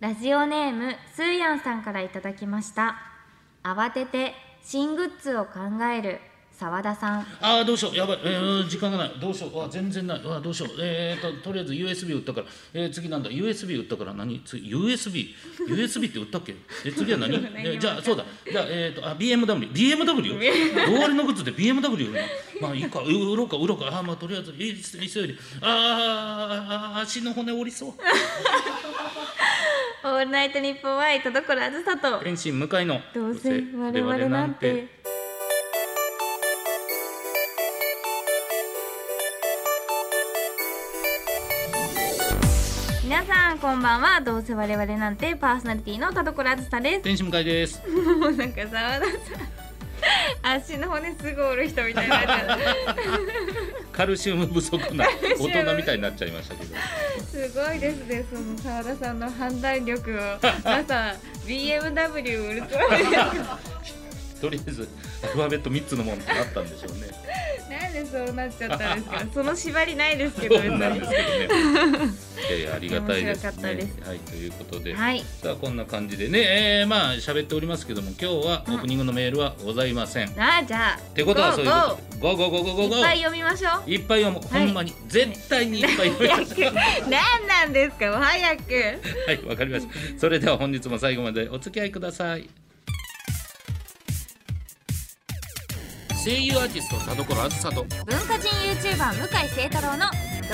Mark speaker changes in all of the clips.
Speaker 1: ラジオネームすーやんさんからいただきました慌てて新グッズを考える澤田さん
Speaker 2: ああどうしようやばい、えー、時間がないどうしようあ全然ないあどうしようえー、ととりあえず USB 売ったから、えー、次なんだ USB 売ったから何次 USBUSB USB って売ったっけえ次 は何、えーじゃあそうだじゃあ,、えー、とあ BMWBMW 終わりのグッズで BMW 売るのまあいいか売ろうか売ろうかあーまあとりあえずい急いであーあー足の骨折りそう
Speaker 1: オールナイトニッポンワイ田所あずさと
Speaker 2: 天心向かいの
Speaker 1: どうせ我々なんて皆さんこんばんはどうせ我々なんてパーソナリティの田所あずさです
Speaker 2: 天心向かいです
Speaker 1: もうなんか澤田さん足の骨すぐ折る人みたいになっちゃう
Speaker 2: カルシウム不足な大人みたいになっちゃいましたけど
Speaker 1: すごいですねその澤田さんの判断力を 皆さん BMW ウルトラマン
Speaker 2: とりあえずアルファベット3つのものになったんでしょうね。
Speaker 1: なんでそうなっちゃったんですか。その縛りないですけど。
Speaker 2: そ
Speaker 1: 別
Speaker 2: う
Speaker 1: に
Speaker 2: なんですけどね。えーありがたいです
Speaker 1: 面白かった
Speaker 2: ね。
Speaker 1: です
Speaker 2: はいということで、
Speaker 1: はい
Speaker 2: さあこんな感じでね、えー、まあ喋っておりますけども今日はオープニングのメールはございません。っ
Speaker 1: あじゃあ。って
Speaker 2: ことはそういうことで。ゴーゴーゴーゴーゴーゴ
Speaker 1: いっぱい
Speaker 2: ー。
Speaker 1: 読みましょう。
Speaker 2: いっぱい読もう、
Speaker 1: はい
Speaker 2: ほんまに絶対にいっぱい読みま
Speaker 1: 早
Speaker 2: す
Speaker 1: く。 何なんですか。もう早く。
Speaker 2: はいわかりましたそれでは本日も最後までお付き合いください声優アーティスト田所あずさと
Speaker 1: 文化人 YouTuber 向井聖太郎の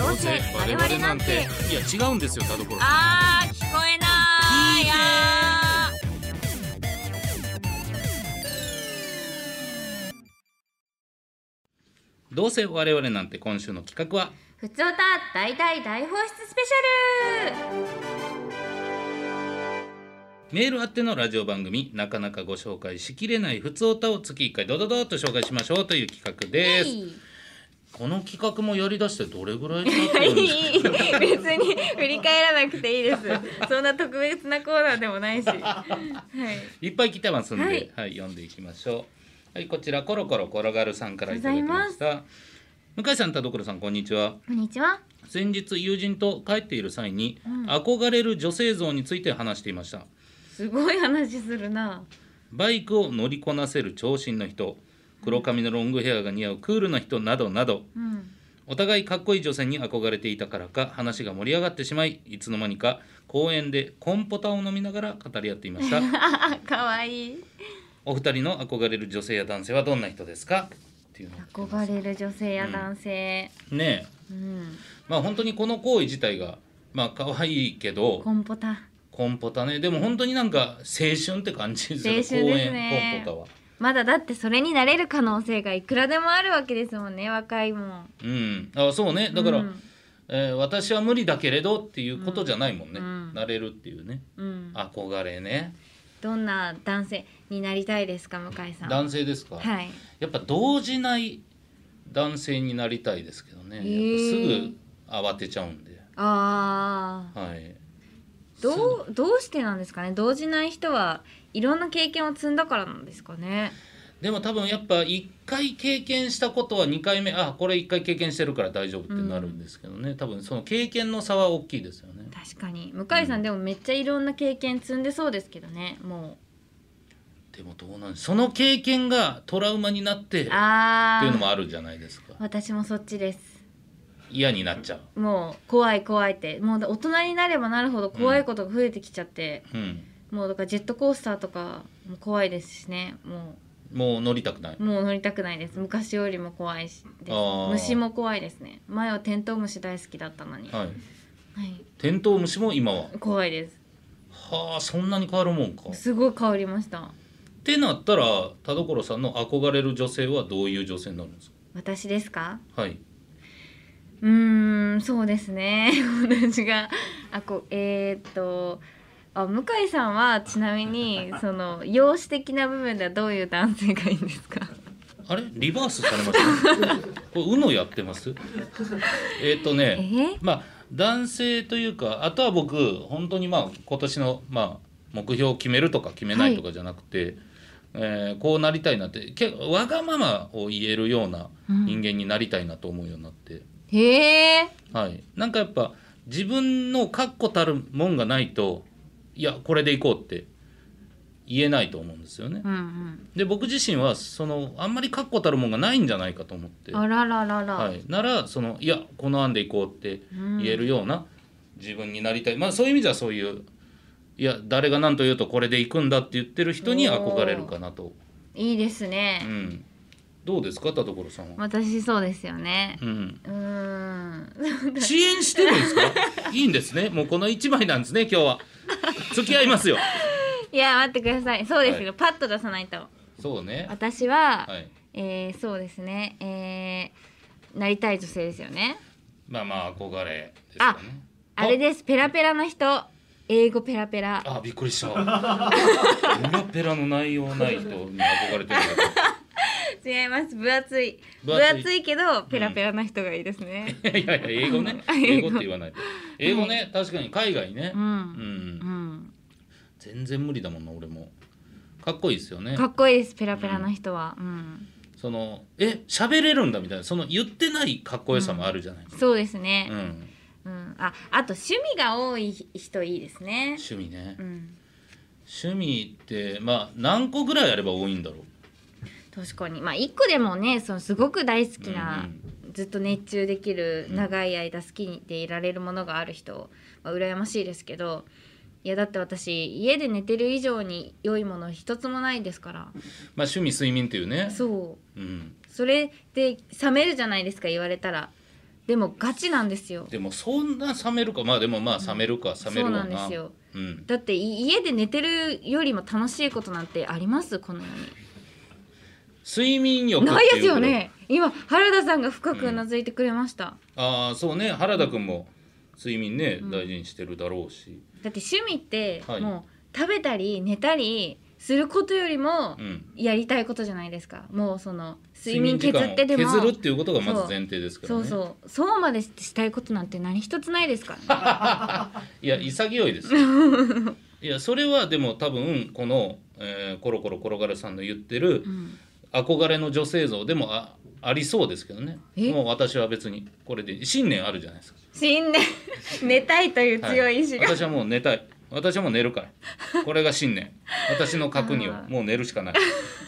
Speaker 1: どうせ我々なんて。
Speaker 2: いや違うんですよ田所
Speaker 1: あー聞こえない。あー
Speaker 2: どうせ我々なんて今週の企画は
Speaker 1: ふつおた大大大放出スペシャル。
Speaker 2: メールあってのラジオ番組なかなかご紹介しきれない普通歌を月1回ドドドッと紹介しましょうという企画
Speaker 1: い
Speaker 2: です
Speaker 1: い。
Speaker 2: この企画もやりだしてどれぐらい経って
Speaker 1: い
Speaker 2: るんですか
Speaker 1: い別に振り返らなくていいですそんな特別なコーナーでもないし、はい、
Speaker 2: いっぱい来てますんで、は
Speaker 1: はいい、
Speaker 2: 読んでいきましょう。はい、こちらコロコロ転がるさんからいただきました。向井さん、田所さん、こんにちは。
Speaker 1: こんにちは
Speaker 2: 先日友人と帰っている際に、憧れる女性像について話していました。
Speaker 1: すごい話するな
Speaker 2: バイクを乗りこなせる長身の人、黒髪のロングヘアが似合うクールな人などなど、
Speaker 1: うん
Speaker 2: お互いかっこいい女性に憧れていたからか話が盛り上がってしまい、いつの間にか公園でコンポタを飲みながら語り合っていまし た。
Speaker 1: あかわいい
Speaker 2: お二人の憧れる女性や男性はどんな人ですかっていうのを
Speaker 1: 憧れる女性や男性
Speaker 2: ねえ
Speaker 1: うん、
Speaker 2: まあ本当にこの行為自体がまあ可愛いけど
Speaker 1: コンポタ
Speaker 2: コンポタねでも本当になんか青春って感じする
Speaker 1: 青春ですね
Speaker 2: 公園コンポタは
Speaker 1: まだだってそれになれる可能性がいくらでもあるわけですもんね若いもん
Speaker 2: うんあそうねだから、
Speaker 1: うん
Speaker 2: えー私は無理だけれどっていうことじゃないもんね、
Speaker 1: うんうん
Speaker 2: なれるっていうね
Speaker 1: うん
Speaker 2: 憧れね
Speaker 1: どんな男性になりたいですか向井さん
Speaker 2: 男性ですか、
Speaker 1: はい
Speaker 2: やっぱ動じない男性になりたいですけどね、
Speaker 1: へー
Speaker 2: やっぱすぐ慌てちゃうんで
Speaker 1: ああ
Speaker 2: はい
Speaker 1: どうどうしてなんですかね動じない人はいろんな経験を積んだからなんですかね
Speaker 2: でも多分やっぱ1回経験したことは2回目あこれ1回経験してるから大丈夫ってなるんですけどね、多分その経験の差は大きいですよね
Speaker 1: 確かに向井さんでもめっちゃいろんな経験積んでそうですけどねも
Speaker 2: でもどうなんその経験がトラウマになってっ
Speaker 1: う
Speaker 2: て
Speaker 1: あ
Speaker 2: いうの
Speaker 1: あ
Speaker 2: もあるじゃないですか
Speaker 1: 私もそっちです
Speaker 2: 嫌になっちゃう
Speaker 1: もう怖い怖いってもう大人になればなるほど怖いことが増えてきちゃって、
Speaker 2: うん
Speaker 1: もうだからジェットコースターとかも怖いですしねも
Speaker 2: もう乗りたくないう
Speaker 1: もう乗りたくないです昔よりも怖いしです
Speaker 2: あー
Speaker 1: 虫も怖いですね前はテントウムシ大好きだったのに、は
Speaker 2: はい
Speaker 1: い、
Speaker 2: テントウムシも今は
Speaker 1: 怖いです
Speaker 2: はあそんなに変わるもんかっ
Speaker 1: すごい変わりました
Speaker 2: てなったら田所さんの憧れる女性はどういう女性になるんです
Speaker 1: 私ですか
Speaker 2: かはいう
Speaker 1: ーんそうですね 私があこえーっとあ向井さんはちなみにその容姿的な部分ではどういう男性がいいんですか
Speaker 2: あれリバースされました、ね、 これ UNO やってますえっ、とね
Speaker 1: えー、
Speaker 2: まあ男性というかあとは僕本当にまあ今年のまあ目標を決めるとか決めないとかじゃなくて、えーこうなりたいなってけわがままを言えるような
Speaker 1: うん
Speaker 2: 人間になりたいなと思うようになって、
Speaker 1: へえ
Speaker 2: はい、なんかやっぱ自分の確固たるもんがないといやこれでいこうって言えないと思うんですよね。
Speaker 1: うん
Speaker 2: で僕自身はそのあんまり確固たるもんがないんじゃないかと思って
Speaker 1: うん。あらららら。
Speaker 2: はい、ならそのいやこの案でいこうって言えるような自分になりたい、まあそういう意味ではそういういや誰が何と言うとこれでいくんだって言ってる人に憧れるかなと、
Speaker 1: いいですね
Speaker 2: う。ん、どうですか田所さんは、
Speaker 1: 私そうですよね。
Speaker 2: うん、
Speaker 1: うーん。
Speaker 2: 遅延してるんですか いいんですねもうこの一枚なんですね今日は付き合いますよ
Speaker 1: いや待ってください。そうですよ。パッと出さないと。
Speaker 2: そうね
Speaker 1: 私は、
Speaker 2: はい
Speaker 1: えーそうですね。えーなりたい女性ですよね。
Speaker 2: まあまあ憧れですかね
Speaker 1: あれです。ペラペラの人。英語ペラペラ。
Speaker 2: あびっくりしたペラペラの内容ない人に憧れてる
Speaker 1: 違います。分厚い。
Speaker 2: 分
Speaker 1: 分
Speaker 2: 厚い
Speaker 1: 厚いけどペラペラな人がいいですね。
Speaker 2: いやいやいや英語ね 英
Speaker 1: 英
Speaker 2: 語
Speaker 1: 語
Speaker 2: って言わないと英語ね確かに海外ね
Speaker 1: う。
Speaker 2: うん
Speaker 1: うんん。
Speaker 2: 全然無理だもんな俺もかっこいいですよね
Speaker 1: かっこいいです。ペラペラな人は。うん。
Speaker 2: そのえ喋れるんだみたいなその言ってないかっこよさもあるじゃない
Speaker 1: そうです
Speaker 2: う
Speaker 1: ね。
Speaker 2: ん
Speaker 1: うん。あ、あと趣味が多い人いいですね。
Speaker 2: 趣味ね
Speaker 1: うん。
Speaker 2: 趣味ってまあ何個ぐらいあれば多いんだろう
Speaker 1: 確かにまあ一個でもねそのすごく大好きな、ずっと熱中できる
Speaker 2: うん
Speaker 1: 長い間好きでいられるものがある人、まあ、羨ましいですけどいやだって私家で寝てる以上に良いもの一つもないですから
Speaker 2: まあ趣味睡眠っていうね
Speaker 1: そう
Speaker 2: うん
Speaker 1: それで冷めるじゃないですか言われたらでもガチなんですよ
Speaker 2: でもそんな冷めるかまあでもまあ冷めるか冷めるわな
Speaker 1: そうなんですよ
Speaker 2: うん
Speaker 1: だってい家で寝てるよりも楽しいことなんてありますこの世
Speaker 2: 睡眠欲
Speaker 1: に
Speaker 2: っていう
Speaker 1: ないですよ
Speaker 2: ぐら
Speaker 1: ね今原田さんが深くうなずいてくれました、
Speaker 2: ああそうね原田君も睡眠ね、
Speaker 1: うん
Speaker 2: 大事にしてるだろうし、
Speaker 1: だって趣味って
Speaker 2: はい
Speaker 1: もう食べたり寝たりすることよりも
Speaker 2: うん、
Speaker 1: やりたいことじゃないですかもうその睡眠削ってでも
Speaker 2: 睡眠時間を削るっていうことがまず前提ですから
Speaker 1: そ
Speaker 2: ね
Speaker 1: うそうそうまでしたいことなんて何一つないですからね
Speaker 2: いや潔いで すよいやそれはでも多分この、えーコロコロ転がるさんの言ってる
Speaker 1: うん
Speaker 2: 憧れの女性像でもあありそうですけどね
Speaker 1: え
Speaker 2: もう私は別にこれで信念あるじゃないですか、
Speaker 1: 死んで 寝たいという
Speaker 2: はい
Speaker 1: 強い意志が、
Speaker 2: 私はもう寝たい私はもう寝るからこれが信念私の核にはもう寝るしかない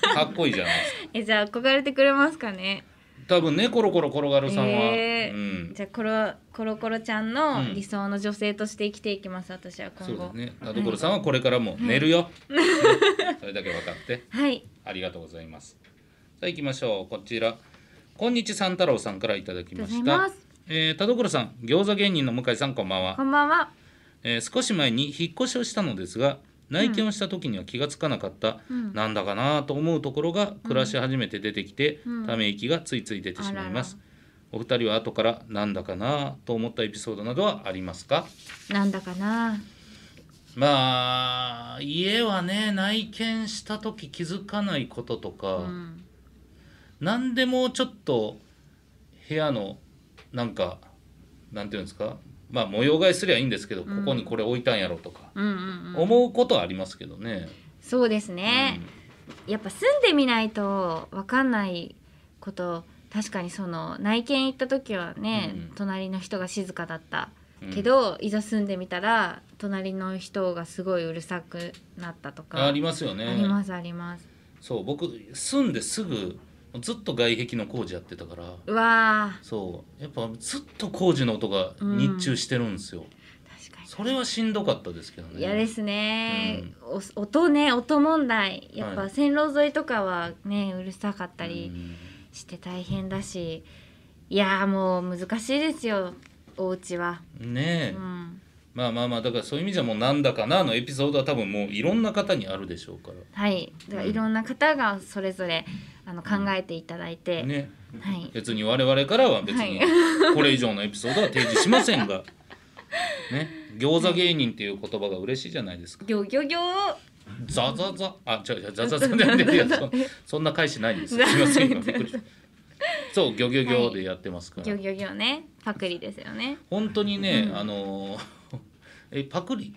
Speaker 2: かっこいいじゃないですか
Speaker 1: えじゃあ憧れてくれますかね
Speaker 2: 多分ねコロコロ転がるさんは、
Speaker 1: えー
Speaker 2: うん、
Speaker 1: じゃあコロコロコロちゃん
Speaker 2: う
Speaker 1: の
Speaker 2: ん
Speaker 1: 理想の女性として生きていきます私は今
Speaker 2: そう
Speaker 1: 後
Speaker 2: だね田所さんはこれからも寝るよ、ね それだけ分かって
Speaker 1: はい
Speaker 2: ありがとうございますさあ行きましょうこちらこんにち三太郎さんからいただきま
Speaker 1: あ
Speaker 2: し
Speaker 1: りがとうござ
Speaker 2: た
Speaker 1: います
Speaker 2: えー田所さん餃子芸人の向井さんこんばんは
Speaker 1: こんばんは
Speaker 2: えー少し前に引っ越しをしたのですが内見をした時には気がつかなかった、
Speaker 1: うん
Speaker 2: なんだかなと思うところが暮らし始めて出てきて、
Speaker 1: うん
Speaker 2: ため息がついつい出てしまいますお二人は後からなんだかなと思ったエピソードなどはありますか
Speaker 1: なんだかな
Speaker 2: まあ家はね内見した時気づかないこととか、
Speaker 1: うん
Speaker 2: 何でもちょっと部屋のなんかなんていうんですかまあ模様替えすりゃいいんですけ
Speaker 1: う
Speaker 2: ど、
Speaker 1: ん
Speaker 2: ここにこれ置いたんやろとか
Speaker 1: うんうんうん
Speaker 2: 思うことはありますけどね。
Speaker 1: そうですね、やっぱ住んでみないと分かんないこと確かにその内見行った時はね、
Speaker 2: うん
Speaker 1: 隣の人が静かだった
Speaker 2: うん
Speaker 1: けど、いざ住んでみたら隣の人がすごいうるさくなったと
Speaker 2: うん
Speaker 1: か
Speaker 2: ありますよね。
Speaker 1: ありますあります
Speaker 2: そう僕住んですぐずっと外壁の工事やってたから
Speaker 1: うわ
Speaker 2: そうやっぱずっと工事の音が日中してるんですよ。
Speaker 1: ー確かに
Speaker 2: それはしんどかったですけどね。
Speaker 1: 嫌ですね、お音ね音問題やっ
Speaker 2: は
Speaker 1: ぱ
Speaker 2: い
Speaker 1: 線路沿いとかはねうるさかったり、
Speaker 2: うん
Speaker 1: して大変だしいやーもう難しいですよお家は、
Speaker 2: ねえ、
Speaker 1: うん、
Speaker 2: まあまあまあだからそういう意味じゃもうなんだかなのエピソードは多分もういろんな方にあるでしょうか
Speaker 1: はいだからいろんな方がそれぞれあの考えていただいて、
Speaker 2: らね
Speaker 1: はい
Speaker 2: 別に我々からは別に
Speaker 1: は
Speaker 2: これ以上のエピソードは提示しませ んがね餃子芸人っていう言葉が嬉しいじゃないですか
Speaker 1: ギョギョギョ
Speaker 2: ザザザあ違う違うザザザでやってるやつ そそんな返しないんですよすいません今びっくりしたそうギョギョギョでやってますから、
Speaker 1: ギョギョギョねパクリですよね
Speaker 2: 本当にね、
Speaker 1: うん
Speaker 2: あのー えパクリ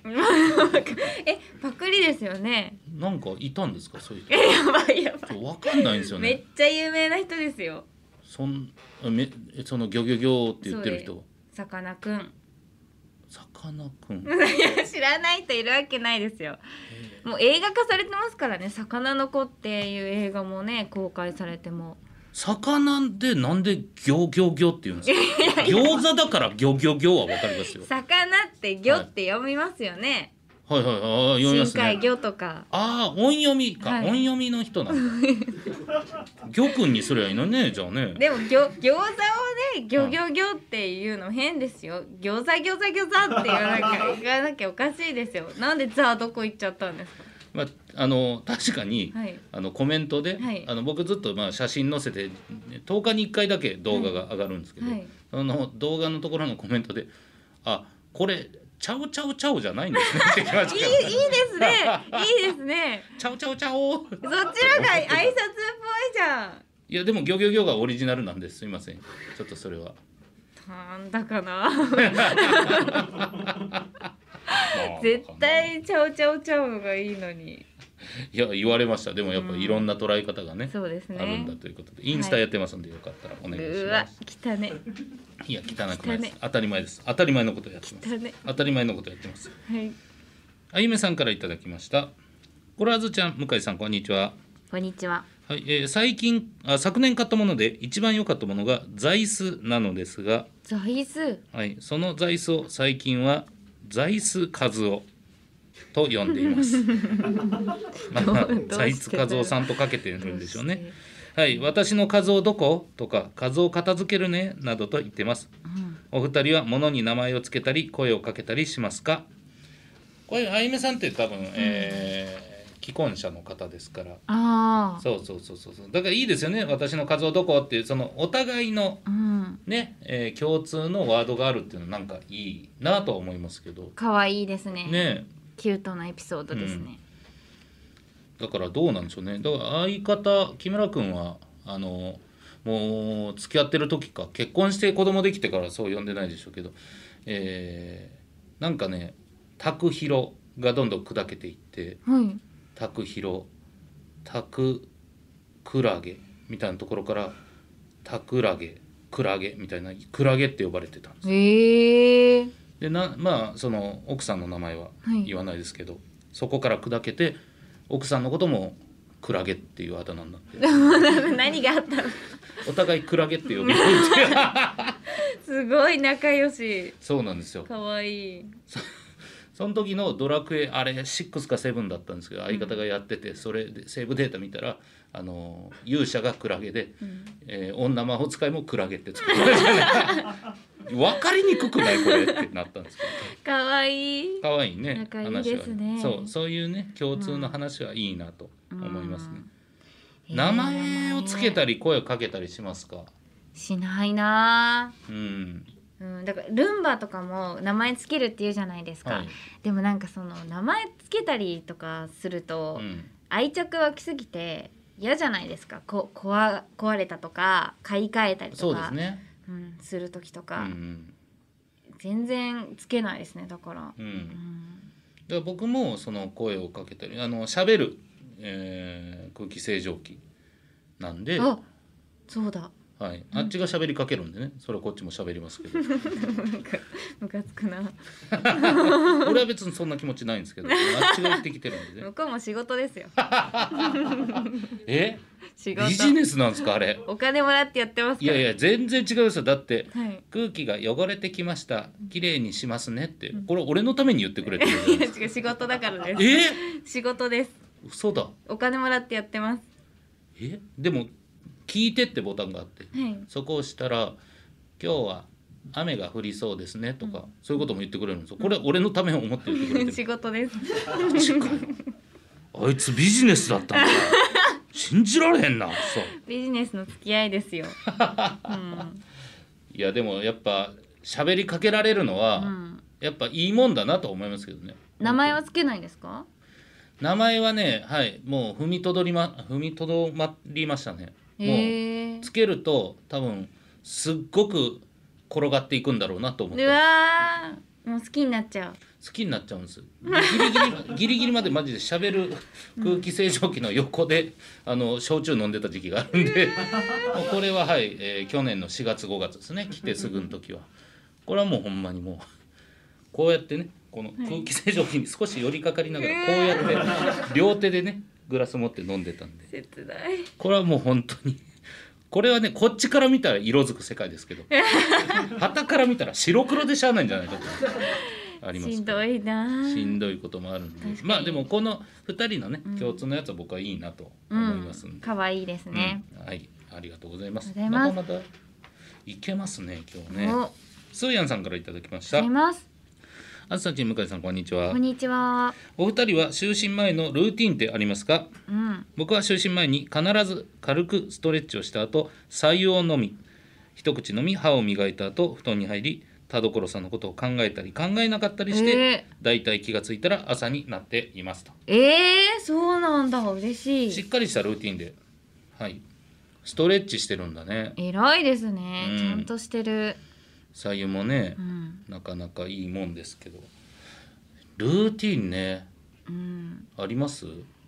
Speaker 1: えパクリですよね
Speaker 2: なんかいたんですかそういう人
Speaker 1: え やばいやば
Speaker 2: ちょっとわかんないんですよ
Speaker 1: い
Speaker 2: ね
Speaker 1: めっちゃ有名な人ですよ
Speaker 2: そんめそのギョギョギョって言ってる
Speaker 1: そ
Speaker 2: 人
Speaker 1: うさかなクン
Speaker 2: さかかなクン。
Speaker 1: いや知らない人いるわけないですよもう映画化されてますからね「魚の子」っていう映画もね公開されても
Speaker 2: 魚でなんで行行行って言うんですか。餃子だから行行行はわかりますよ
Speaker 1: 「。魚」って「魚」って読みますよね、
Speaker 2: はいはいはいあー読みます
Speaker 1: 深海
Speaker 2: ね。
Speaker 1: 魚とか
Speaker 2: ああ音読みか、
Speaker 1: はい
Speaker 2: 音読みの 人なんだ。魚くんにすりゃいいのねじゃあね。
Speaker 1: でも餃餃子をね「ギョギョギョ」っていうの変ですよ「餃子餃子餃子」って言わなきゃ言わなきゃおかしいですよなんで「ザ」どこ行っちゃったんですか
Speaker 2: まああの確かに、
Speaker 1: はい
Speaker 2: あのコメントで、
Speaker 1: はい
Speaker 2: あの僕ずっとまあ写真載せて10日に1回だけ動画が上がるんですけど、
Speaker 1: はい
Speaker 2: その動画のところのコメントで「あこれチャオチャオチャオじゃないんですね」って言われて
Speaker 1: いいいいですねいいですね
Speaker 2: チャオチャオチャオ」
Speaker 1: そっちのが挨拶っぽいじゃん
Speaker 2: いやでも「ギョギョギョ」がオリジナルなんですすいませんちょっとそれは。
Speaker 1: なんだか な
Speaker 2: まあ
Speaker 1: 絶対ちゃおちゃおちゃおのがいいのに
Speaker 2: いや言われましたでもやっぱいろんな捉え方がね,、
Speaker 1: そうですね
Speaker 2: あるんだということでインスタやってますんで、よかったらお願いし
Speaker 1: う
Speaker 2: ま
Speaker 1: わ
Speaker 2: す。
Speaker 1: 汚ね
Speaker 2: いや汚くないです
Speaker 1: 汚い
Speaker 2: 当たり前です当たり前のことやってます
Speaker 1: 汚ね
Speaker 2: 当たり前のことやってます。
Speaker 1: はい
Speaker 2: あゆめさんからいただきました。コラーズちゃん、向井さん、こんにちは。
Speaker 1: こんにちは
Speaker 2: はい、えー最近あ、昨年買ったもので一番良かったものが座椅子なのですが、
Speaker 1: 座椅子
Speaker 2: はい、その座椅子を最近は座椅子和夫と呼んでいま す。まあ、
Speaker 1: どう
Speaker 2: まあ
Speaker 1: どうして
Speaker 2: 座椅子和夫さんとかけてるんでしょう
Speaker 1: どう
Speaker 2: ね。はい、私の和夫どことか和夫片付けるねなどと言ってます。お二人は物に名前をつけたり声をかけたりしますかこれあゆめさんって多分、えー既婚者の方ですから
Speaker 1: ああ
Speaker 2: そうそうそうそうそうだからいいですよね私の数をどこっていうそのお互いの
Speaker 1: うん
Speaker 2: ね、えー共通のワードがあるっていうのはなんかいいなとは思いますけど
Speaker 1: 可愛いですね
Speaker 2: ね
Speaker 1: キュートなエピソードですね、
Speaker 2: だからどうなんでしょうねだから相方木村君はあのもう付き合ってる時か結婚して子供できてからそう呼んでないでしょうけど、えーなんかね「拓弘」がどんどん砕けていって
Speaker 1: はい
Speaker 2: 「拓弘」「拓クラゲ」みたいなところから「拓クラゲ」「クラゲ」みたいな「クラゲ」って呼ばれてたんです
Speaker 1: ええー、
Speaker 2: でなまあその奥さんの名前は
Speaker 1: はい
Speaker 2: 言わないですけど、そこから砕けて奥さんのこともクラゲっていうあだ名になって
Speaker 1: 何があったの
Speaker 2: お互いクラゲって呼び 合うっていう
Speaker 1: すごい仲良し
Speaker 2: そうなんですよ
Speaker 1: 可愛い
Speaker 2: その時の「ドラクエ」あれ6か7だったんですけど相方がやっててそれでセーブデータ見たらあの勇者がクラゲで、えー女魔法使いもクラゲって作ってました ね分かりにくくないこれってなったんですけど
Speaker 1: 可愛い
Speaker 2: 可愛いね
Speaker 1: 仲いいですね
Speaker 2: 話はそうそういうね共通の話はいいなと思いますね、
Speaker 1: うん
Speaker 2: 名前をつけたり声をかけたりしますか
Speaker 1: しないなあ
Speaker 2: うん
Speaker 1: うん、だからルンバとかも名前つけるって言うじゃないですか、
Speaker 2: はい
Speaker 1: でもなんかその名前つけたりとかすると、
Speaker 2: うん
Speaker 1: 愛着湧きすぎて嫌じゃないですかこ壊壊れたとか買い替えたりとか
Speaker 2: そうですね
Speaker 1: うん、する時と
Speaker 2: う
Speaker 1: か、
Speaker 2: ん
Speaker 1: 全然つけないですねだから、
Speaker 2: うんう
Speaker 1: うんん
Speaker 2: だから僕もその声をかけたりあの喋る、えー空気清浄機なんで、は
Speaker 1: あそうだ
Speaker 2: い、あっちが喋りかけるんでねそれはこっちも喋りますけど
Speaker 1: なんかムカつくな
Speaker 2: 俺は別にそんな気持ちないんですけどあっちが言ってきてるんで ね
Speaker 1: 向こうも仕事ですよ
Speaker 2: え
Speaker 1: 仕事
Speaker 2: ビジネスなんですかあれ
Speaker 1: お金もらってやってますか
Speaker 2: い
Speaker 1: ら
Speaker 2: やいや全然違うですよだって
Speaker 1: はい
Speaker 2: 空気が汚れてきました綺麗にしますねってこれ俺のために言ってくれてる
Speaker 1: いや違う仕事だからです
Speaker 2: え
Speaker 1: 仕事です
Speaker 2: 嘘だ
Speaker 1: お金もらってやってます
Speaker 2: えでも「聞いて」ってボタンがあって
Speaker 1: はい
Speaker 2: そこを押したら「今日は雨が降りそうですね」とかそういうことも言ってくれるんですよこれ俺のためを思って言ってくれて
Speaker 1: 仕
Speaker 2: る
Speaker 1: 事 です。
Speaker 2: あいつビジネスだったんだ信じられへんなそう
Speaker 1: ビジネスの付き合いです よ。うん、
Speaker 2: いやでもやっぱ喋りかけられるのは、
Speaker 1: ん
Speaker 2: やっぱいいもんだなと思いますけどね
Speaker 1: 名前はつけないんですか。
Speaker 2: 名前はねはいもう踏みとどりま踏みとどまりましたねも
Speaker 1: へえ
Speaker 2: うつけると多分すっごく転がっていくんだろうなと思っ
Speaker 1: う
Speaker 2: て
Speaker 1: わー、もう好きになっちゃう。
Speaker 2: 好きになっちゃうんですギリギリ ギリギリまでマジでしゃべる空気清浄機の横で、あの焼酎飲んでた時期があるんでもうこれははい、えー去年の4月5月ですね来てすぐの時はこれはもうほんまにもうこうやってねこの空気清浄機に少し寄りかかりながらこうやって両手でねグラス持って飲んでたんで
Speaker 1: 切ない
Speaker 2: これはもう本当にこれはねこっちから見たら色づく世界ですけ ど旗から見たら白黒でしゃあないんじゃないかとあります
Speaker 1: しんどいな
Speaker 2: しんどいこともあるんで
Speaker 1: 確かに
Speaker 2: まあでもこの2人のね
Speaker 1: うん
Speaker 2: 共通のやつは僕はいいなと
Speaker 1: う
Speaker 2: 思いま
Speaker 1: ん
Speaker 2: すんで、
Speaker 1: 可愛いですね、
Speaker 2: うんはいありがとうございます
Speaker 1: ありがとうございます
Speaker 2: またまたいけますね今日
Speaker 1: お
Speaker 2: ねスーヤンさんからいただきまし
Speaker 1: あ
Speaker 2: た
Speaker 1: ります
Speaker 2: あずさちん向井さんこんにちは
Speaker 1: こんにちは
Speaker 2: お二人は就寝前のルーティンってありますか
Speaker 1: うん
Speaker 2: 僕は就寝前に必ず軽くストレッチをした後白湯を飲み一口飲み歯を磨いた後布団に入り田所さんのことを考えたり考えなかったりして、
Speaker 1: え
Speaker 2: だいたい気がついたら朝になっていますと
Speaker 1: ー、えー、そうなんだ嬉し
Speaker 2: しっ
Speaker 1: い
Speaker 2: かりしたルーティンではいストレッチしてるんだね
Speaker 1: 偉いですね、
Speaker 2: うん
Speaker 1: ちゃんとしてる
Speaker 2: 白湯もね
Speaker 1: う、ん
Speaker 2: なかなかいいもんですけどルーティンね
Speaker 1: うん
Speaker 2: あります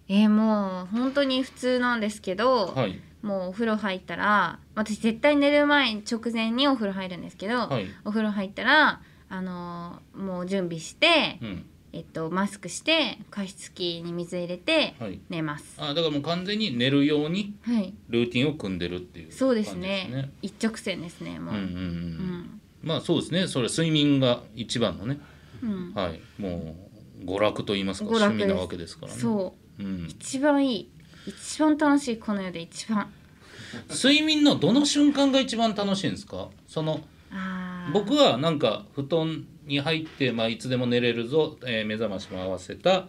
Speaker 1: えー、もう本当に普通なんですけど、
Speaker 2: はい
Speaker 1: もうお風呂入ったら私絶対寝る前直前にお風呂入るんですけど、
Speaker 2: はい
Speaker 1: お風呂入ったらあのーもう準備して、
Speaker 2: うん
Speaker 1: えっと、マスクして加湿器に水入れて
Speaker 2: はい
Speaker 1: 寝ます。
Speaker 2: あだからもう完全に寝るように
Speaker 1: はい、
Speaker 2: ルーティンを組んでるっていう
Speaker 1: そうですね
Speaker 2: 感じですね
Speaker 1: 一直線ですねも
Speaker 2: う
Speaker 1: う。
Speaker 2: んうん
Speaker 1: う
Speaker 2: うん、
Speaker 1: ん
Speaker 2: まあそうですねそれは睡眠が一番のね、
Speaker 1: うん
Speaker 2: はい、もう娯楽と言いますか
Speaker 1: 娯楽
Speaker 2: 趣味なわけですからね
Speaker 1: そう
Speaker 2: う、ん、
Speaker 1: 一番いい一番楽しいこの世で一番。
Speaker 2: 睡眠のどの瞬間が一番楽しいんですかその
Speaker 1: あー
Speaker 2: 僕はなんか布団に入って、まあ、いつでも寝れるぞ、えー目覚ましも合わせた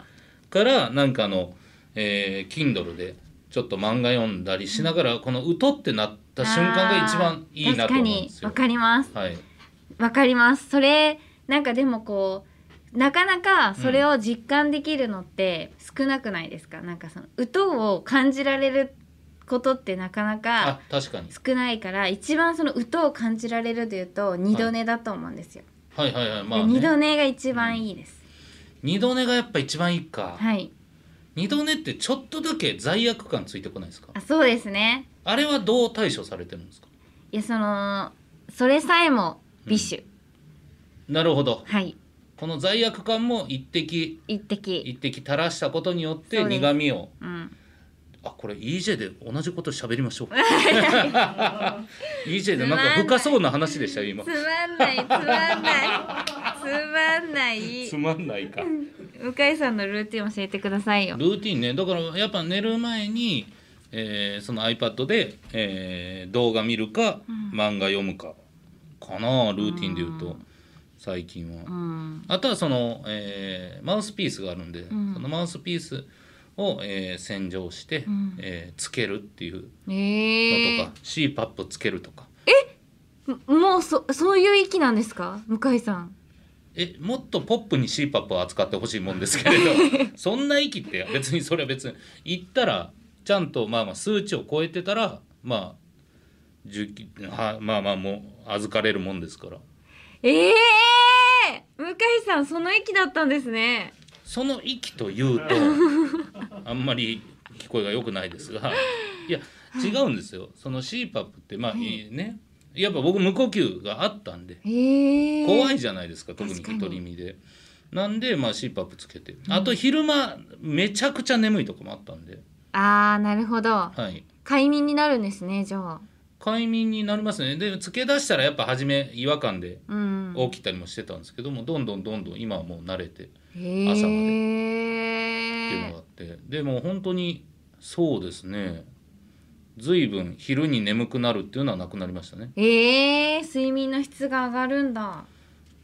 Speaker 2: からなんかあの、えー Kindle でちょっと漫画読んだりしながらこのうとってなった瞬間が一番いいなと思うんです
Speaker 1: あー確。かにわ
Speaker 2: よ
Speaker 1: かります
Speaker 2: はい、
Speaker 1: わかりますそれなんかでもこうなかなかそれを実感できるのって少なくないですか、なんかその音を感じられることってなかな
Speaker 2: あ
Speaker 1: か
Speaker 2: 確かに
Speaker 1: 少ないから一番その音を感じられるというと二度寝だと思うんですよ、
Speaker 2: はいはいは
Speaker 1: で
Speaker 2: いまあ、
Speaker 1: 二
Speaker 2: ね、
Speaker 1: 度寝が一番いいです、
Speaker 2: 二度寝がやっぱ一番いいか、
Speaker 1: はい
Speaker 2: 二度寝ってちょっとだけ罪悪感ついてこないですか
Speaker 1: あそうですね
Speaker 2: あれはどう対処されてるんですか
Speaker 1: いやそのそれさえもビシュ、
Speaker 2: なるほど
Speaker 1: はい
Speaker 2: この罪悪感も一滴
Speaker 1: 一滴
Speaker 2: 一滴垂らしたことによって
Speaker 1: そうです
Speaker 2: 苦味を
Speaker 1: うん
Speaker 2: あこれ EJ で同じこと喋りましょう EJ でなんか深そうな話でしたよ今
Speaker 1: つまんないつまんないつまんない
Speaker 2: つまんないか
Speaker 1: 向井さんのルーティン教えてくださいよ
Speaker 2: ルーティンねだからやっぱ寝る前に、えーその iPad で、えー動画見るか、漫画読むかかなルーティンで言うと、最近は、
Speaker 1: うん
Speaker 2: あとはその、えーマウスピースがあるんで、
Speaker 1: ん
Speaker 2: そのマウスピースを、えー洗浄して、
Speaker 1: ん
Speaker 2: えーつけるっていう
Speaker 1: え
Speaker 2: のと
Speaker 1: ー
Speaker 2: か、、CPAP つけるとか
Speaker 1: ももうそそういう域なんですか向井さん
Speaker 2: えもっとポップに CPAP を扱ってほしいもんですけれ どそんな域って別にそれは別に言ったらちゃんとまあまあ数値を超えてたらまあ受給はまあまあもう預かれるもんですから
Speaker 1: ええー、向井さんその域だったんですね
Speaker 2: その域という とあんまり聞こえが良くないですがいや違うんですよその CPAP ってまあ、いいねやっぱ僕無呼吸があったんで
Speaker 1: えー、
Speaker 2: 怖
Speaker 1: い
Speaker 2: いじゃないですか特に
Speaker 1: 確かに
Speaker 2: 独り身でなんでまあ CPAP つけてあと昼間めちゃくちゃ眠いとこもあったんで
Speaker 1: あーなるほど
Speaker 2: はい
Speaker 1: 快眠になるんですねじゃあ
Speaker 2: 快眠になりますねでつけ出したらやっぱ初め違和感で
Speaker 1: うん
Speaker 2: 起きたりもしてたんですけどもどんどんどんどん今はもう慣れて
Speaker 1: え
Speaker 2: 朝まっていうの
Speaker 1: ー
Speaker 2: があってでも本当にそうですね随分昼に眠くなるっていうのはなくなりましたね
Speaker 1: えー、睡眠の質が上がるんだ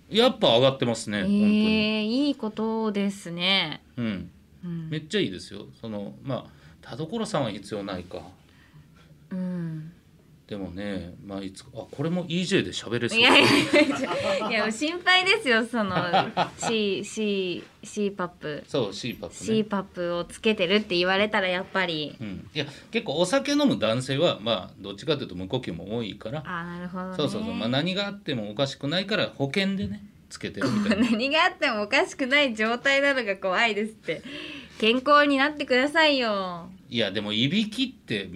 Speaker 2: やっぱ上がってますね
Speaker 1: え
Speaker 2: 本
Speaker 1: ー、
Speaker 2: 当に、
Speaker 1: いいことですね、
Speaker 2: うん、
Speaker 1: うん
Speaker 2: めっちゃいいですよそのまあ田所さんは必要ないか
Speaker 1: うん、
Speaker 2: でもねまあいつかあこれも EJ で喋れそう
Speaker 1: いやいやいやいや心配ですよそ の C C C パップ
Speaker 2: そう CPAP
Speaker 1: C
Speaker 2: ね
Speaker 1: パップをつけてるって言われたらやっぱり
Speaker 2: うん、いや結構お酒飲む男性はまあどっちかというと無呼吸も多いから
Speaker 1: あなるほどね
Speaker 2: そうそうそう、まあ、何があってもおかしくないから保険でねつけてるみたいな
Speaker 1: 何があってもおかしくない状態なのが怖いですって健康になってくださいよ
Speaker 2: いやでもいびきって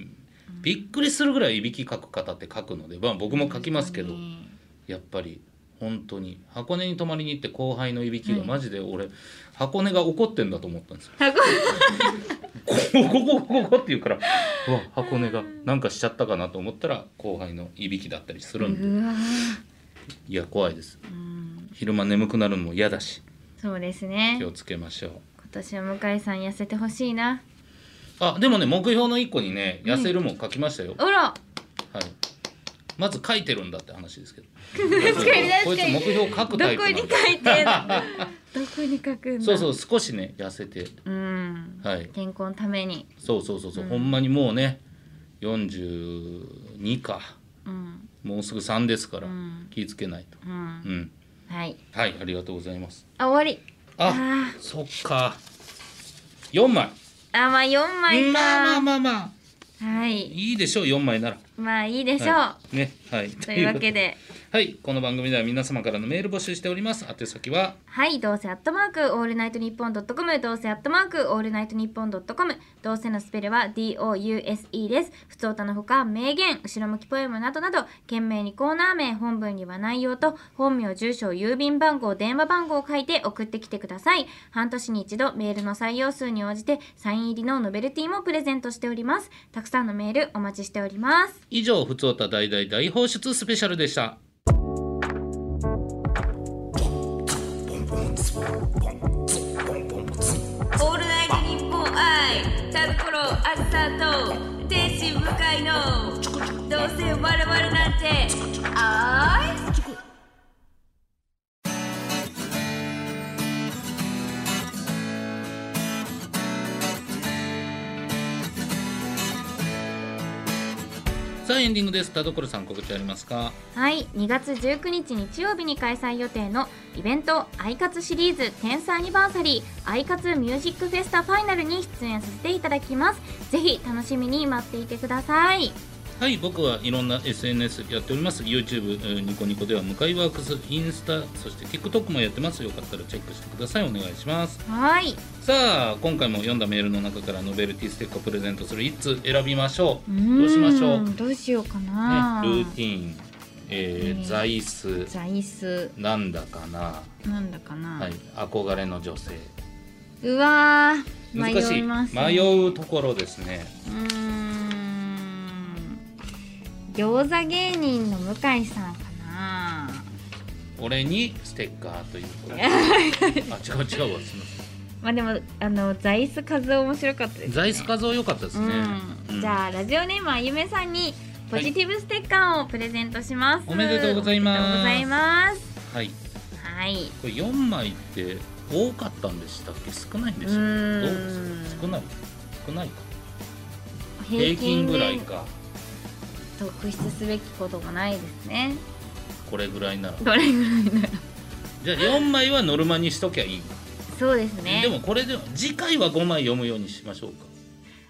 Speaker 2: びっくりするぐらいいびきかく方って書くので、まあ、僕も書きますけど
Speaker 1: 本
Speaker 2: やっぱり本当に箱根に泊まりに行って後輩のいびきがマジで俺、箱根が怒ってんだと思ったんですよ
Speaker 1: 箱
Speaker 2: ここここここって言うからうわ箱根がなんかしちゃったかなと思ったら後輩のいびきだったりするん で
Speaker 1: うわ
Speaker 2: いや怖いです
Speaker 1: ーうん
Speaker 2: 昼間眠くなるのも嫌だし
Speaker 1: そうですね
Speaker 2: 気
Speaker 1: 今
Speaker 2: をつけましょう
Speaker 1: 年は向井さん痩せてほしいな
Speaker 2: あでもね目標の一個にね痩せるもん書きましたよ、
Speaker 1: おら
Speaker 2: はいまず書いてるんだって話ですけど
Speaker 1: 確かに
Speaker 2: こ
Speaker 1: 確
Speaker 2: いつ
Speaker 1: か
Speaker 2: 目
Speaker 1: に
Speaker 2: 標書く
Speaker 1: ど
Speaker 2: タイプ
Speaker 1: こ
Speaker 2: なん
Speaker 1: に書
Speaker 2: で
Speaker 1: い てんのどこに書くんだ
Speaker 2: そうそう少しね痩せて
Speaker 1: うん、
Speaker 2: はい
Speaker 1: 健康のために、
Speaker 2: そうそうそうそう、ほんまにもうね42か
Speaker 1: うん
Speaker 2: もうすぐ3ですから、
Speaker 1: うん
Speaker 2: 気ぃつけないと
Speaker 1: うん
Speaker 2: う、ん
Speaker 1: はい
Speaker 2: はいありがとうございます
Speaker 1: あ終わり
Speaker 2: あ
Speaker 1: あ
Speaker 2: そっか4枚
Speaker 1: ーあまあ4枚か、
Speaker 2: まあまあまあまあ
Speaker 1: はい
Speaker 2: いいでしょう4枚なら
Speaker 1: まあいいでしょう、
Speaker 2: はい、ねはい
Speaker 1: というわけ
Speaker 2: で
Speaker 1: で
Speaker 2: はいこの番組では皆様からのメール募集しております宛先は
Speaker 1: はい、どうせアットマークオールナイトニッポンドットコム、どうせアットマークオールナイトニッポンドットコム、どうせのスペルは DOUSE です。普通歌のほか、名言、後ろ向きポエムなどなど、懸命にコーナー名、本文には内容と、本名、住所、郵便番号、電話番号を書いて送ってきてください。半年に一度、メールの採用数に応じて、サイン入りのノベルティもプレゼントしております。たくさんのメールお待ちしております。
Speaker 2: 以上「ふつおた大大大放出スペシャル」でした
Speaker 1: オールナイトニッポン愛タルコロアスタート天使向かいのどうせ我々なんてあい
Speaker 2: さあエンディングです田所さん告知ありますか
Speaker 1: はい2月19日日曜日に開催予定のイベント「アイカツシリーズ天才アニバーサリーアイカツミュージックフェスタファイナル」に出演させていただきますぜひ楽しみに待っていてください
Speaker 2: はい僕はいろんな SNS やっております YouTube えーニコニコでは向かいワークスインスタそして TikTok もやってますよかったらチェックしてくださいお願いします
Speaker 1: はい
Speaker 2: さあ今回も読んだメールの中からノベルティステッカーをプレゼントする1通選びましょうどうしましょう、ね、
Speaker 1: どうしようか
Speaker 2: ル
Speaker 1: な、
Speaker 2: ーティン、え
Speaker 1: ね
Speaker 2: ー、座椅子
Speaker 1: 座椅子
Speaker 2: なんだかな、
Speaker 1: なんだかな、
Speaker 2: はい、憧れの女性
Speaker 1: うわー
Speaker 2: 難し
Speaker 1: 迷
Speaker 2: い
Speaker 1: います、ね、
Speaker 2: 迷うところですね
Speaker 1: うーん餃子芸人の向井さんかな
Speaker 2: 俺にステッカーということ であ違う違うわすみません
Speaker 1: まあでもあの座椅子数面白かったですね
Speaker 2: 座椅子数良かったですね、
Speaker 1: うん
Speaker 2: うん
Speaker 1: じゃあラジオネームあゆめさんにポジティブステッカーをプレゼントします、
Speaker 2: おめでとうございます
Speaker 1: おめでとうございます
Speaker 2: はい
Speaker 1: はい
Speaker 2: これ4枚って多かったんでしたっけ少ないんで
Speaker 1: う
Speaker 2: したっけどう
Speaker 1: ーん
Speaker 2: ですか少ない少ないか平
Speaker 1: 平
Speaker 2: 均
Speaker 1: 均
Speaker 2: ぐ
Speaker 1: ぐ
Speaker 2: ら
Speaker 1: ら
Speaker 2: い
Speaker 1: い
Speaker 2: か
Speaker 1: 特筆すべきことがないですね
Speaker 2: これぐらいなら
Speaker 1: どれぐらいなら
Speaker 2: じゃあ4枚はノルマにしときゃいい、
Speaker 1: そうですね
Speaker 2: でもこれでは次回は5枚読むようにしましょうか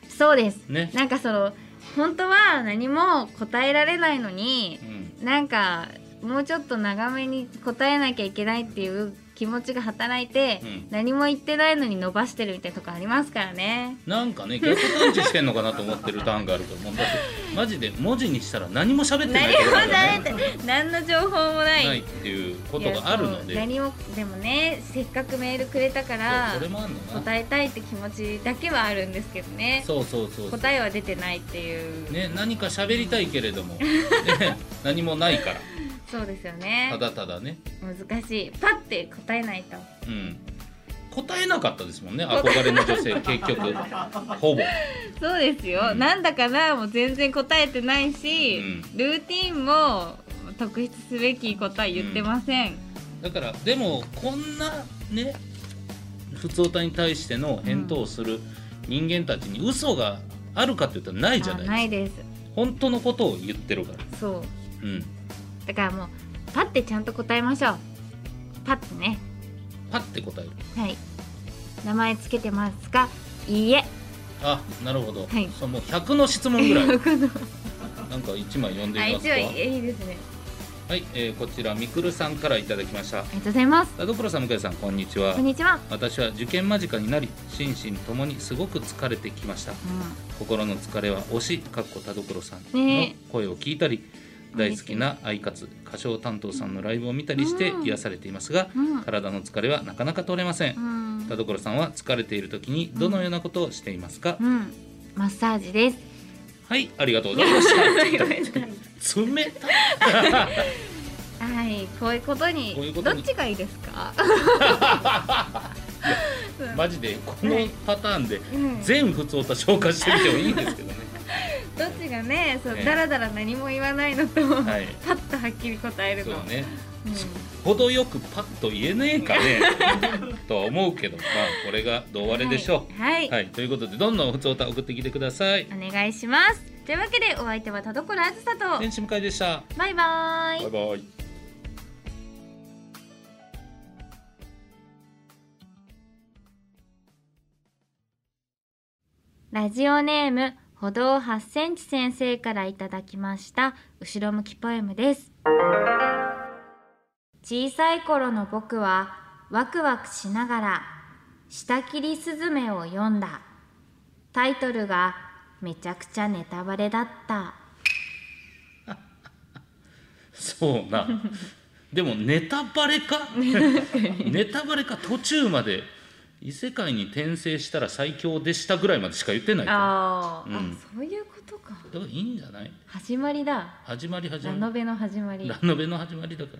Speaker 1: そうです
Speaker 2: ね
Speaker 1: なんかその本当は何も答えられないのに
Speaker 2: うん
Speaker 1: なんかもうちょっと長めに答えなきゃいけないっていう気持ちが働いて、
Speaker 2: うん
Speaker 1: 何も言ってないのに伸ばしてるみたいなとこありますからね
Speaker 2: なんかね逆探知してんのかなと思ってる段があるからもうだってマジで文字にしたら何も喋ってな
Speaker 1: 何
Speaker 2: いとこ
Speaker 1: も
Speaker 2: ろがね
Speaker 1: ないって何の情報もない
Speaker 2: ないっていうことがあるので
Speaker 1: いやそう何もでもねせっかくメールくれたか
Speaker 2: そ
Speaker 1: ら
Speaker 2: うそれもあるのかな
Speaker 1: 答えたいって気持ちだけはあるんですけどね
Speaker 2: そうそうそうそう
Speaker 1: 答えは出てないっていう、
Speaker 2: ね何か喋りたいけれど もね何もないから
Speaker 1: そうですよね
Speaker 2: ただただね、
Speaker 1: 難しいパッて答えないと
Speaker 2: うん、答えなかったですもんね憧れの女性結局ほぼ、
Speaker 1: そうですよ、
Speaker 2: うん
Speaker 1: なんだかなもう全然答えてないし、
Speaker 2: う
Speaker 1: ルーティンも特筆すべきことは言ってません、
Speaker 2: だからでもこんなね普通歌に対しての返答をする人間たちに嘘があるかって言ったらないじゃ
Speaker 1: あ
Speaker 2: ないですか
Speaker 1: ないです
Speaker 2: 本当のことを言ってるから、
Speaker 1: そう
Speaker 2: うん、
Speaker 1: だからもうパッてちゃんと答えましょうパッてね
Speaker 2: パッて答える
Speaker 1: はい名前つけてますかいいえ
Speaker 2: あなるほど、
Speaker 1: はい
Speaker 2: そうもう100の質問 ぐらいなんか
Speaker 1: この
Speaker 2: 1枚読んで
Speaker 1: あ
Speaker 2: み
Speaker 1: 一
Speaker 2: ます
Speaker 1: 応
Speaker 2: かはい、
Speaker 1: いいですね
Speaker 2: えーこちらみくるさんからいただきました
Speaker 1: ありがとうございます
Speaker 2: 田所さん向井さんこんにちは
Speaker 1: こんにちは、
Speaker 2: 私は受験間近になり心身ともにすごく疲れてきました心の疲れは推しかっこ田所さんの
Speaker 1: ね
Speaker 2: 声を聞いたり、大好きなアイカツ歌唱担当さんのライブを見たりして
Speaker 1: うん
Speaker 2: 癒されていますが、
Speaker 1: うん
Speaker 2: 体の疲れはなかなか取れません、
Speaker 1: うん
Speaker 2: 田所さんは疲れている時にどのようなことをしていますか、
Speaker 1: うん、マッサージです。
Speaker 2: はいありがとうございました冷たい
Speaker 1: はい、こういうことに
Speaker 2: こういうこと
Speaker 1: ど
Speaker 2: に
Speaker 1: っちがいいですか？
Speaker 2: マジでこのパターンで
Speaker 1: うん
Speaker 2: 全普通歌消化してみてもいいんです けどね
Speaker 1: どっちがね、そう
Speaker 2: ね
Speaker 1: だらだら何も言わないのと、
Speaker 2: はい
Speaker 1: パッとはっきり答える
Speaker 2: そう
Speaker 1: の。
Speaker 2: ね
Speaker 1: うん
Speaker 2: 程よくパッと言えねえか ねとは思うけどまあこれがどうあれでしょう
Speaker 1: はい、
Speaker 2: はい、ということでどんどん普通歌送ってきてください
Speaker 1: お願いします。というわけでお相手は田所あずさと
Speaker 2: 天使迎えでした
Speaker 1: バイバイ
Speaker 2: バイ。バイ
Speaker 1: ラジオネーム歩道8センチ先生からいただきました後ろ向きポエムです小さい頃の僕はワクワクしながら下切りスズメを読んだタイトルがめちゃくちゃネタバレだった
Speaker 2: そうな でもネタバレ かネタバレか途中まで異世界に転生したら最強でしたぐらいまでしか言ってないから
Speaker 1: あ
Speaker 2: ーうんあ
Speaker 1: そういうことか
Speaker 2: だからいいんじゃない
Speaker 1: 始まりだ
Speaker 2: 始まり始
Speaker 1: ラ
Speaker 2: ま
Speaker 1: ノベの始ま
Speaker 2: り
Speaker 1: り
Speaker 2: ラノベの始まりだから